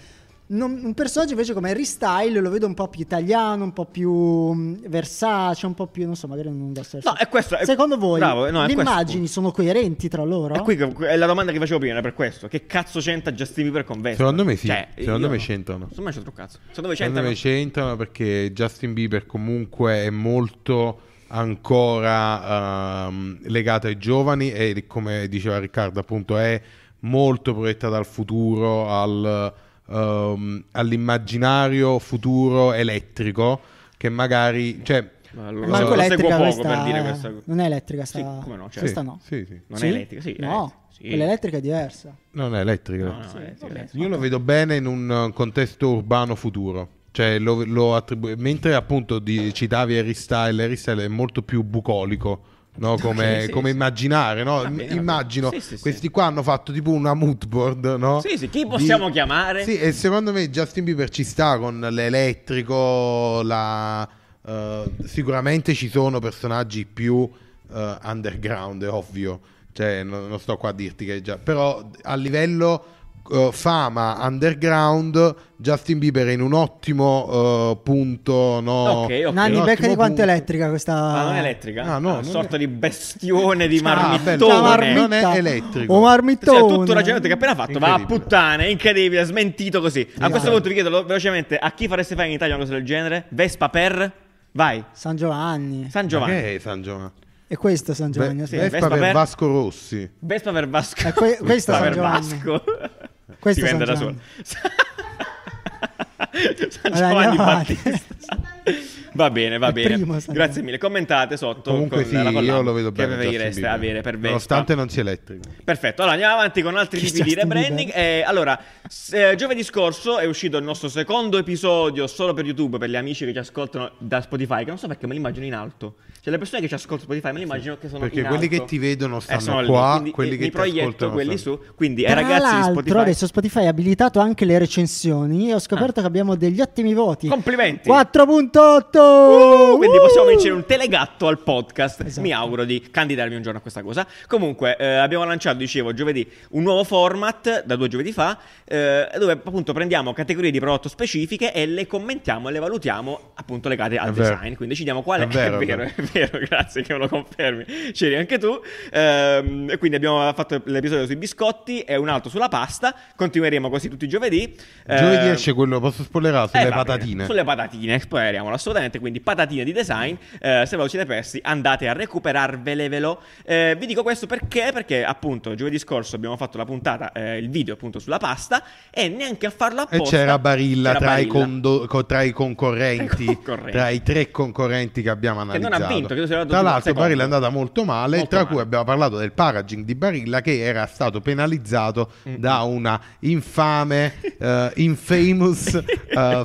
Speaker 3: Non- un personaggio invece come Harry Style lo vedo un po' più italiano, un po' più mh, Versace, un po' più, non so, magari non da
Speaker 1: No, è questo. è-
Speaker 3: Secondo voi
Speaker 1: Bravo, no, è
Speaker 3: le
Speaker 1: questo.
Speaker 3: immagini sono coerenti tra loro?
Speaker 1: È, qui che- è la domanda che facevo prima, era per questo. Che cazzo c'entra Justin Bieber con Vespa?
Speaker 2: Secondo me sì,
Speaker 1: Cioè,
Speaker 2: secondo
Speaker 1: io
Speaker 2: me
Speaker 1: no.
Speaker 2: c'entrano.
Speaker 1: Secondo me c'entra un cazzo. Secondo me
Speaker 2: Secondo
Speaker 1: c'entrano.
Speaker 2: me c'entrano perché Justin Bieber comunque è molto ancora ehm, legato ai giovani e come diceva Riccardo appunto è molto proiettata al futuro, al, ehm, all'immaginario futuro elettrico che magari... Cioè,
Speaker 1: Ma lo,
Speaker 3: Manco
Speaker 1: lo seguo
Speaker 3: elettrica
Speaker 1: poco
Speaker 3: questa,
Speaker 1: per dire questa cosa.
Speaker 3: Non è elettrica sta.
Speaker 1: Sì, come no, cioè-
Speaker 3: questa
Speaker 2: sì,
Speaker 3: no.
Speaker 2: sì, sì.
Speaker 1: Non
Speaker 3: Sì?
Speaker 1: è elettrica, sì.
Speaker 3: No,
Speaker 1: elettrica, sì.
Speaker 3: l'elettrica è diversa.
Speaker 2: Non è elettrica.
Speaker 1: No, no,
Speaker 3: Sì,
Speaker 1: elettrica,
Speaker 3: vabbè.
Speaker 1: elettrica.
Speaker 2: Io lo vedo bene in un eh, contesto urbano futuro. Cioè, lo- lo attribu- mentre appunto di- citavi Harry Style, Harry Style è molto più bucolico. no? Come,
Speaker 1: sì,
Speaker 2: come
Speaker 1: sì.
Speaker 2: immaginare, no?
Speaker 1: Va bene, va bene.
Speaker 2: immagino
Speaker 1: Sì, sì, sì.
Speaker 2: questi qua hanno fatto tipo una mood board. No?
Speaker 1: Sì, sì, chi
Speaker 2: Di-
Speaker 1: possiamo chiamare?
Speaker 2: Sì, e secondo me Justin Bieber ci sta con l'elettrico. la- eh, sicuramente ci sono personaggi più eh, underground, è ovvio. Cioè, no- non sto qua a dirti che è già. Però a livello eh, fama underground, Justin Bieber è in un ottimo eh, punto. No?
Speaker 1: Ok, ok.
Speaker 3: Nanni
Speaker 2: un
Speaker 3: Becca di
Speaker 2: ottimo
Speaker 3: quanto è
Speaker 2: punto.
Speaker 3: elettrica questa.
Speaker 1: Ma non è elettrica?
Speaker 2: Ah, no,
Speaker 1: È
Speaker 2: non
Speaker 1: una
Speaker 2: è-
Speaker 1: sorta di bestione di
Speaker 2: Ah,
Speaker 1: marmittone.
Speaker 2: bello.
Speaker 3: Ciao,
Speaker 2: Non è
Speaker 3: Marmitta.
Speaker 2: elettrico.
Speaker 3: O
Speaker 1: Sì,
Speaker 3: marmittone.
Speaker 1: è Cioè, tutto il ragionamento che hai appena fatto va a
Speaker 2: Incredibile.
Speaker 1: puttane, incredibile, smentito così. A
Speaker 2: Esatto.
Speaker 1: questo punto vi chiedo lo- velocemente a chi fareste fare in Italia una cosa del genere? Vespa per? Vai,
Speaker 3: San Giovanni.
Speaker 1: San Giovanni.
Speaker 2: Ma che è Eh, San Giovanni?
Speaker 3: E questo è San Giovanni.
Speaker 2: Beh,
Speaker 1: sì,
Speaker 3: aspetta.
Speaker 2: Vespa
Speaker 1: Vespa
Speaker 2: per
Speaker 1: per-
Speaker 2: Vasco Rossi.
Speaker 1: Vespa per Vasco.
Speaker 3: Eh, que- questo è
Speaker 1: Vespa
Speaker 3: San
Speaker 1: per
Speaker 3: Giovanni.
Speaker 1: Vasco.
Speaker 3: Questo
Speaker 1: si
Speaker 3: è San
Speaker 1: vende da solo.
Speaker 3: Giovanni.
Speaker 1: San
Speaker 3: Allora,
Speaker 1: Giovanni
Speaker 3: andiamo avanti.
Speaker 1: Battista. Va bene, va
Speaker 3: Il
Speaker 1: bene.
Speaker 3: primo
Speaker 1: Grazie
Speaker 3: San Giovanni.
Speaker 1: mille. Commentate sotto.
Speaker 2: Comunque
Speaker 1: con
Speaker 2: sì,
Speaker 1: la collana
Speaker 2: io lo vedo
Speaker 1: che
Speaker 2: bene. Justin
Speaker 1: preferireste
Speaker 2: Bieber.
Speaker 1: avere per Vespa.
Speaker 2: Nonostante non sia elettrico.
Speaker 1: Perfetto, allora andiamo avanti con altri
Speaker 3: Chi
Speaker 1: tipi di
Speaker 3: Justin
Speaker 1: rebranding. Eh, allora, s- eh, giovedì scorso è uscito il nostro secondo episodio solo per YouTube, per gli amici che ci ascoltano da Spotify, che non so perché me li immagino in alto. Cioè le persone che ci ascoltano su Spotify me li immagino che sono
Speaker 2: Perché
Speaker 1: in
Speaker 2: quelli
Speaker 1: alto.
Speaker 2: che ti vedono
Speaker 1: Eh,
Speaker 2: stanno
Speaker 1: sono lì,
Speaker 2: qua,
Speaker 1: quindi,
Speaker 2: quelli
Speaker 1: eh,
Speaker 2: che
Speaker 1: mi
Speaker 2: ti
Speaker 1: proietto
Speaker 2: ascoltano
Speaker 1: quelli
Speaker 2: sono-
Speaker 1: su. Quindi ai
Speaker 3: Tra
Speaker 1: Eh, ragazzi di
Speaker 3: l'altro,
Speaker 1: Spotify
Speaker 3: adesso Spotify ha abilitato anche le recensioni e ho scoperto che abbiamo degli ottimi voti.
Speaker 1: Ah. Complimenti.
Speaker 3: 4.8.
Speaker 1: Uh, quindi possiamo
Speaker 3: Uh!
Speaker 1: vincere un telegatto al podcast.
Speaker 3: Esatto.
Speaker 1: Mi auguro di candidarmi un giorno a questa cosa. Comunque, eh, abbiamo lanciato, dicevo, giovedì un nuovo format da due giovedì fa, eh, dove appunto prendiamo categorie di prodotto specifiche e le commentiamo e le valutiamo appunto legate al
Speaker 2: È vero.
Speaker 1: design. Quindi decidiamo quale
Speaker 2: È vero,
Speaker 1: è,
Speaker 2: è
Speaker 1: vero,
Speaker 2: vero.
Speaker 1: è vero, grazie che me lo confermi. C'eri anche tu. Ehm, e quindi abbiamo fatto l'episodio sui biscotti e un altro sulla pasta. Continueremo così tutti i giovedì.
Speaker 2: Giovedì
Speaker 1: Ehm,
Speaker 2: esce quello, posso spoilerare, sulle
Speaker 1: eh, va bene.
Speaker 2: patatine.
Speaker 1: Sulle patatine, esploriamolo assolutamente. Quindi patatine di design. eh, se ve lo siete persi, andate a recuperarvelevelo. Eh, vi dico questo perché? Perché appunto giovedì scorso abbiamo fatto la puntata, eh, il video appunto sulla pasta e neanche a farlo
Speaker 2: E
Speaker 1: apposta.
Speaker 2: c'era Barilla,
Speaker 1: c'era
Speaker 2: tra, I
Speaker 1: Barilla,
Speaker 2: condo- co- tra i concorrenti,
Speaker 1: Tra i concorrenti.
Speaker 2: tra i tre concorrenti che abbiamo
Speaker 1: Che non
Speaker 2: analizzato.
Speaker 1: ha vinto vinto, credo sia arrivato
Speaker 2: Tra
Speaker 1: tipo al
Speaker 2: l'altro,
Speaker 1: secondo.
Speaker 2: Barilla è andata molto male.
Speaker 1: Molto
Speaker 2: tra
Speaker 1: male.
Speaker 2: cui abbiamo parlato del paraging di Barilla, che era stato penalizzato da una infame, eh, infamous eh,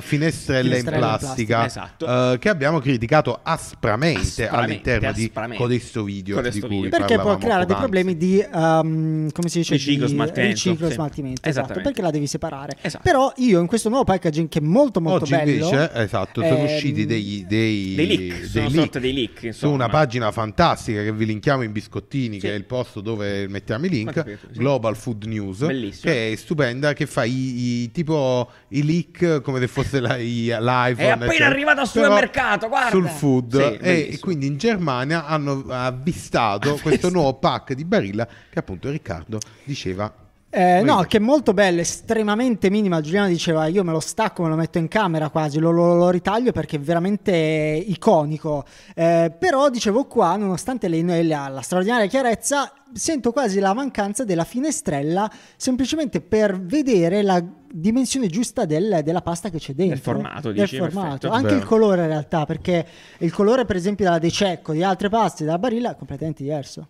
Speaker 2: finestrella, in
Speaker 3: Finestrella in
Speaker 2: plastica,
Speaker 1: plastica, esatto.
Speaker 2: eh, che abbiamo criticato aspramente,
Speaker 1: Aspramente,
Speaker 2: all'interno di
Speaker 1: aspramente.
Speaker 2: codesto video. di
Speaker 1: Codesto
Speaker 2: cui
Speaker 1: video.
Speaker 3: Perché può
Speaker 2: parlavamo
Speaker 3: creare dei
Speaker 2: poc'anzi.
Speaker 3: problemi di ehm, come si dice
Speaker 1: Riciclo,
Speaker 3: di
Speaker 1: smaltimento,
Speaker 3: riciclo
Speaker 1: sì.
Speaker 3: smaltimento, esatto,
Speaker 1: Esattamente.
Speaker 3: perché la devi separare.
Speaker 1: Esatto.
Speaker 3: Però io in questo nuovo packaging che è molto molto
Speaker 2: Oggi
Speaker 3: bello
Speaker 2: invece, esatto, sono
Speaker 3: ehm,
Speaker 2: usciti dei, dei,
Speaker 1: dei leak, sono sorte dei leak,
Speaker 2: su
Speaker 1: insomma.
Speaker 2: una pagina fantastica che vi linkiamo in biscottini,
Speaker 1: Sì.
Speaker 2: che è il posto dove mettiamo i link,
Speaker 1: Ma che bello, sì.
Speaker 2: Global Food News,
Speaker 1: Bellissimo.
Speaker 2: che è stupenda, che fa i, i- tipo i leak come se fosse la, i- l'iPhone.
Speaker 1: È appena
Speaker 2: eccetera.
Speaker 1: arrivato al
Speaker 2: Però
Speaker 1: supermercato, guarda!
Speaker 2: Sul food.
Speaker 1: Sì,
Speaker 2: e,
Speaker 1: bellissimo.
Speaker 2: quindi in Germania hanno avvistato questo nuovo pack di Barilla che appunto Riccardo diceva...
Speaker 3: Eh, no,
Speaker 2: Vedi.
Speaker 3: che è molto bello, estremamente minima. Giuliano diceva: Io me lo stacco, me lo metto in camera quasi, lo, lo- lo ritaglio perché è veramente iconico. Eh, però dicevo qua, nonostante lei la, la straordinaria chiarezza, sento quasi la mancanza della finestrella semplicemente per vedere la dimensione giusta del- della pasta che c'è dentro.
Speaker 1: formato,
Speaker 3: Del
Speaker 1: dici,
Speaker 3: formato.
Speaker 1: perfetto.
Speaker 3: Anche
Speaker 2: Vero.
Speaker 3: il colore, in realtà, perché il colore, per esempio, della De Cecco, di altre paste, della Barilla, è completamente diverso.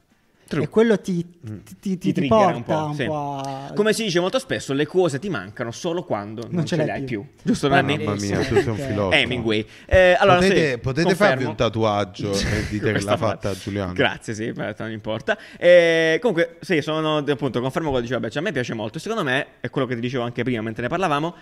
Speaker 1: True. Mm.
Speaker 3: E quello ti, ti, ti- ti
Speaker 1: triggera
Speaker 3: porta un po',
Speaker 1: sì.
Speaker 3: a...
Speaker 1: Come si dice molto spesso, le cose ti mancano solo quando non, ce le hai più. Ah, Giusto?
Speaker 3: Mamma
Speaker 1: Nanni?
Speaker 2: Mamma mia,
Speaker 3: Veramente.
Speaker 2: tu sei un filosofo.
Speaker 1: Hemingway. Eh, allora,
Speaker 2: potete
Speaker 1: sì,
Speaker 2: potete
Speaker 1: confermo.
Speaker 2: farvi un tatuaggio eh, di te che
Speaker 1: Questa
Speaker 2: l'ha
Speaker 1: volta.
Speaker 2: fatta Giuliano.
Speaker 1: Grazie, sì, beh, non importa. Eh, comunque, sì, sono appunto, confermo quello che diceva Beccia, a me piace molto. Secondo me, è quello che ti dicevo anche prima mentre ne parlavamo.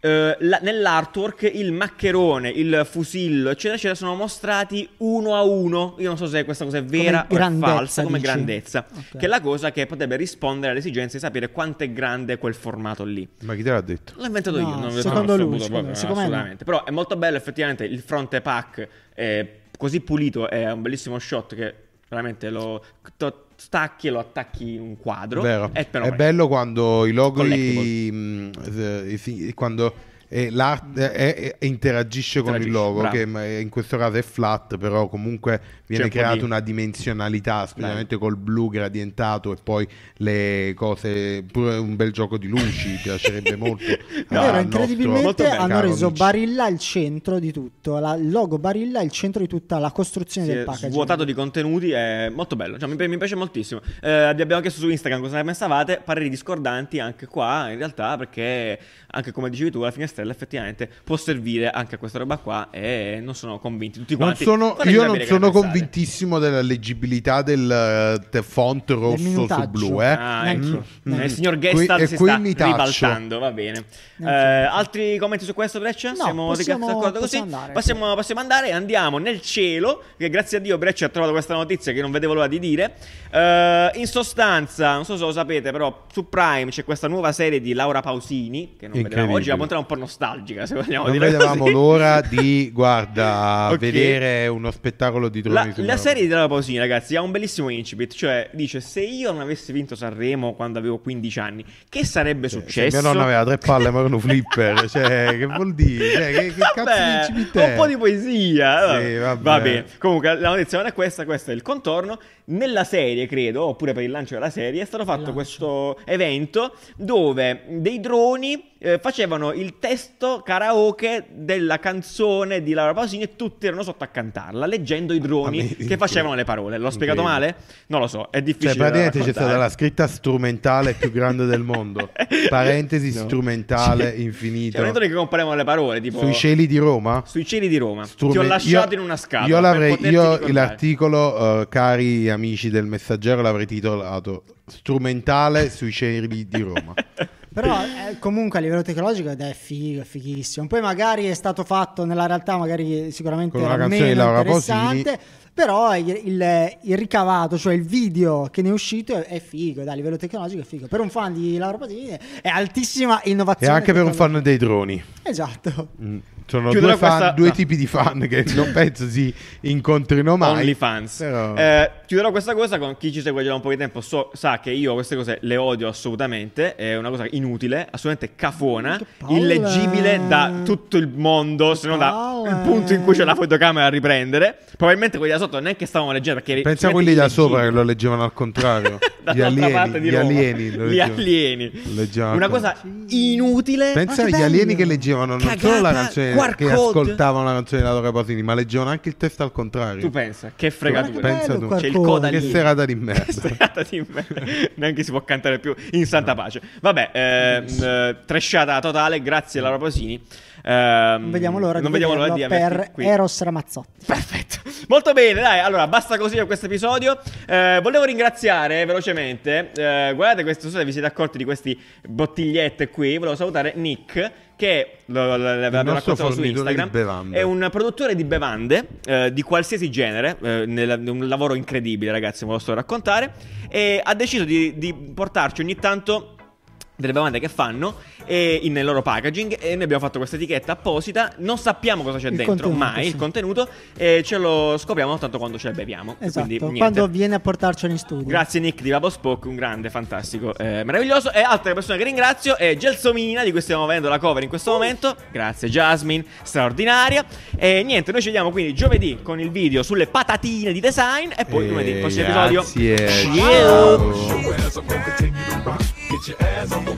Speaker 1: eh, la- nell'artwork il maccherone, il fusillo, eccetera, eccetera, sono mostrati uno a uno. Io non so se questa cosa è vera o è
Speaker 3: grandezza,
Speaker 1: falsa, come
Speaker 3: dici?
Speaker 1: grandezza,
Speaker 3: Ok.
Speaker 1: che è la cosa che potrebbe rispondere all'esigenza di sapere quanto è grande quel formato lì.
Speaker 2: Ma chi te l'ha detto?
Speaker 1: L'ho inventato
Speaker 3: No,
Speaker 1: io, non
Speaker 3: secondo
Speaker 1: non l'ho
Speaker 3: lui,
Speaker 1: saputo
Speaker 3: secondo-
Speaker 1: proprio,
Speaker 3: secondo me no.
Speaker 1: assolutamente. Però è molto bello effettivamente il fronte pack è così pulito, è un bellissimo shot che veramente lo to- stacchi e lo attacchi in un quadro.
Speaker 2: Vero.
Speaker 1: È, Eh, però-
Speaker 2: È bello quando i loghi
Speaker 1: Collectible.
Speaker 2: mh, eh, sì, quando eh, l'art eh, eh, eh, interagisce con il
Speaker 1: Interagisce,
Speaker 2: logo
Speaker 1: bravo.
Speaker 2: che mh, eh, in questo caso è flat però comunque viene
Speaker 1: un po'
Speaker 2: creata
Speaker 1: di-
Speaker 2: una dimensionalità specialmente col blu gradientato e poi le cose pure un bel gioco di luci piacerebbe molto
Speaker 1: Ah, No,
Speaker 2: al
Speaker 3: Vero,
Speaker 1: molto
Speaker 3: incredibilmente
Speaker 1: bene,
Speaker 3: hanno
Speaker 2: caro
Speaker 3: reso
Speaker 2: amici.
Speaker 3: Barilla il centro di tutto, la- il logo Barilla il centro di tutta la costruzione
Speaker 1: si è
Speaker 3: del packaging.
Speaker 1: svuotato di contenuti è molto bello cioè, mi, pi- mi piace moltissimo Eh, vi abbiamo chiesto su Instagram cosa ne pensavate pareri discordanti anche qua in realtà perché anche come dicevi tu la finestrella effettivamente può servire anche a questa roba qua e non sono convinti tutti
Speaker 2: Non
Speaker 1: quanti
Speaker 2: sono-
Speaker 1: Fatemi
Speaker 2: io
Speaker 1: sapere
Speaker 2: non
Speaker 1: che ne
Speaker 2: sono
Speaker 1: pensate.
Speaker 2: convintissimo della leggibilità del eh, te- font rosso su
Speaker 3: minutaggio.
Speaker 2: blu. Eh.
Speaker 1: Ah,
Speaker 3: Neanch'io,
Speaker 1: ecco.
Speaker 3: neanch'io.
Speaker 1: Il signor
Speaker 2: Qui-
Speaker 1: Gestalt
Speaker 2: e
Speaker 1: si
Speaker 2: qui
Speaker 1: sta
Speaker 2: mi taccio.
Speaker 1: ribaltando, va bene.
Speaker 3: Neanch'io.
Speaker 1: Eh, altri commenti su questo, Breccia?
Speaker 3: No,
Speaker 1: Siamo
Speaker 3: possiamo-
Speaker 1: d'accordo così?
Speaker 3: possiamo andare.
Speaker 1: Possiamo, possiamo andare e andiamo nel cielo, che grazie a Dio Breccia ha trovato questa notizia che non vedevo l'ora di dire. Eh, in sostanza, non so se lo sapete, però su Prime c'è questa nuova serie di Laura Pausini, che non vedevamo
Speaker 2: Incredibile.
Speaker 1: oggi, è una puntata un po' nostalgica, se vogliamo
Speaker 2: Non
Speaker 1: dire
Speaker 2: vedevamo
Speaker 1: così.
Speaker 2: l'ora di, guarda,
Speaker 1: Ok.
Speaker 2: vedere uno spettacolo di droni.
Speaker 1: La,
Speaker 2: su
Speaker 1: la
Speaker 2: una-
Speaker 1: serie di Laura Pausini, ragazzi, ha un bellissimo incipit. Cioè, dice: Se io non avessi vinto Sanremo quando avevo 15 anni, che sarebbe
Speaker 2: Cioè,
Speaker 1: successo?
Speaker 2: se mia nonna aveva tre palle, ma erano flipper, cioè, che vuol dire? Cioè, che- che cazzo di
Speaker 1: Vabbè,
Speaker 2: incipit è?
Speaker 1: Un po' di poesia. eh.
Speaker 2: Sì, vabbè. Cioè,
Speaker 1: Va bene. Comunque, la notizia non è questa, questo è il contorno. Nella serie, credo, oppure per il lancio della serie, è stato fatto
Speaker 3: lancio.
Speaker 1: questo evento dove dei droni eh, facevano il testo karaoke della canzone di Laura Pausini e tutti erano sotto a cantarla, leggendo i droni
Speaker 2: Amazing.
Speaker 1: che facevano le parole. L'ho spiegato
Speaker 2: Ah, Incredibile.
Speaker 1: male? Non lo so, è difficile.
Speaker 2: Cioè, praticamente
Speaker 1: da
Speaker 2: c'è stata la
Speaker 1: raccontare.
Speaker 2: scritta strumentale più grande del mondo. Parentesi
Speaker 1: No.
Speaker 2: strumentale
Speaker 1: Sì.
Speaker 2: infinito.
Speaker 1: Cioè, non è che comparevano le parole, tipo
Speaker 2: Sui cieli di Roma?
Speaker 1: sui cieli di Roma. Ti ho
Speaker 2: Strumen-
Speaker 1: lasciato
Speaker 2: io-
Speaker 1: in una scatola.
Speaker 2: Io,
Speaker 1: per
Speaker 2: l'avrei,
Speaker 1: poterti
Speaker 2: io
Speaker 1: ricordare.
Speaker 2: l'articolo, eh, cari amici del Messaggero, l'avrei titolato Strumentale sui cieli di Roma.
Speaker 3: Però eh, comunque a livello tecnologico ed è figo, è fighissimo. Poi magari è stato fatto nella realtà, magari sicuramente
Speaker 2: Con una
Speaker 3: era
Speaker 2: canzone di
Speaker 3: meno
Speaker 2: Laura
Speaker 3: interessante, però il, il- il ricavato, cioè il video che ne è uscito è, è figo, dai, a livello tecnologico è figo. Per un fan di Laura Pausini è altissima
Speaker 2: e
Speaker 3: innovazione.
Speaker 2: anche per un fan
Speaker 3: tecnologica.
Speaker 2: dei droni.
Speaker 3: Esatto.
Speaker 2: Mm. Sono
Speaker 1: Chiuderò
Speaker 2: due, fan-
Speaker 1: questa-
Speaker 2: due
Speaker 1: no.
Speaker 2: tipi di fan che non penso si incontrino mai.
Speaker 1: OnlyFans.
Speaker 2: Però-
Speaker 1: Eh, chiuderò questa cosa con chi ci segue già da un po' di tempo so- sa che io queste cose le odio assolutamente, è una cosa inutile, assolutamente cafona,
Speaker 3: Che palle.
Speaker 1: illeggibile da tutto il mondo, se non da
Speaker 3: video.
Speaker 1: il
Speaker 3: eh,
Speaker 1: punto in cui c'è la fotocamera a riprendere. Probabilmente quelli da sotto neanche stavano leggendo perché
Speaker 2: Pensa a
Speaker 1: altrimenti
Speaker 2: quelli da
Speaker 1: li
Speaker 2: sopra che
Speaker 1: leggi.
Speaker 2: lo leggevano al contrario. gli
Speaker 1: Dall'altra parte
Speaker 2: alieni,
Speaker 1: di
Speaker 2: gli
Speaker 1: Roma.
Speaker 2: alieni. lo
Speaker 1: Gli
Speaker 2: leggevano.
Speaker 1: alieni.
Speaker 2: Lo leggevano
Speaker 1: Una
Speaker 2: al
Speaker 1: cosa Eh,
Speaker 3: Sì.
Speaker 1: inutile.
Speaker 2: Pensa
Speaker 3: Ma
Speaker 2: agli
Speaker 3: che
Speaker 2: alieni
Speaker 3: bello!
Speaker 2: che leggevano non
Speaker 1: Cagata,
Speaker 2: solo la canzone,
Speaker 1: QR
Speaker 2: che
Speaker 1: code.
Speaker 2: ascoltavano la canzone di Laura Pausini, ma leggevano anche il testo al contrario.
Speaker 1: Tu pensa, che
Speaker 3: Ma che
Speaker 1: fregatura.
Speaker 2: Pensa
Speaker 3: bello
Speaker 2: tu.
Speaker 3: qua
Speaker 1: C'è il
Speaker 3: con-
Speaker 1: coda lì.
Speaker 2: Che serata di
Speaker 1: Che
Speaker 2: merda.
Speaker 1: serata di merda. Neanche si può cantare più in santa pace. Vabbè, ehm, eh, tresciata totale, grazie Laura Posini. Ehm,
Speaker 3: Non vediamo l'ora
Speaker 1: non
Speaker 3: di
Speaker 1: vediamo l'ora di
Speaker 3: vederlo
Speaker 1: averti
Speaker 3: per
Speaker 1: qui.
Speaker 3: Eros Ramazzotti.
Speaker 1: Perfetto, molto bene, dai, allora basta così per questo episodio. Eh, volevo ringraziare velocemente, eh, guardate questo, non so se vi siete accorti di queste bottigliette qui, volevo salutare Nick che lo, lo- lo- l'abbiamo
Speaker 2: nostro
Speaker 1: raccontato su
Speaker 2: fornitore di
Speaker 1: Instagram,
Speaker 2: bevande.
Speaker 1: è un produttore di bevande eh, di qualsiasi genere, eh, nel- un lavoro incredibile ragazzi, ve lo sto raccontare, e ha deciso di, di portarci ogni tanto delle bevande che fanno e in- nel loro packaging e noi abbiamo fatto questa etichetta apposita non sappiamo cosa c'è
Speaker 3: Il
Speaker 1: dentro
Speaker 3: contenuto,
Speaker 1: mai il
Speaker 3: sì.
Speaker 1: contenuto e ce lo scopriamo soltanto quando ce la beviamo
Speaker 3: Esatto,
Speaker 1: quindi niente
Speaker 3: quando viene a portarcelo in studio.
Speaker 1: Grazie Nick di Babo Spock, un grande, fantastico, eh, meraviglioso. E altra persona che ringrazio è Gelsomina, di cui stiamo vedendo la cover in questo momento. Grazie Jasmine, straordinaria. E niente, noi ci vediamo quindi giovedì con il video sulle patatine di design e poi lunedì il prossimo episodio.
Speaker 2: Eh, Grazie.
Speaker 1: Ciao.
Speaker 2: Ciao.
Speaker 4: Show ass, I'm gonna continue to rock. Get your ass on the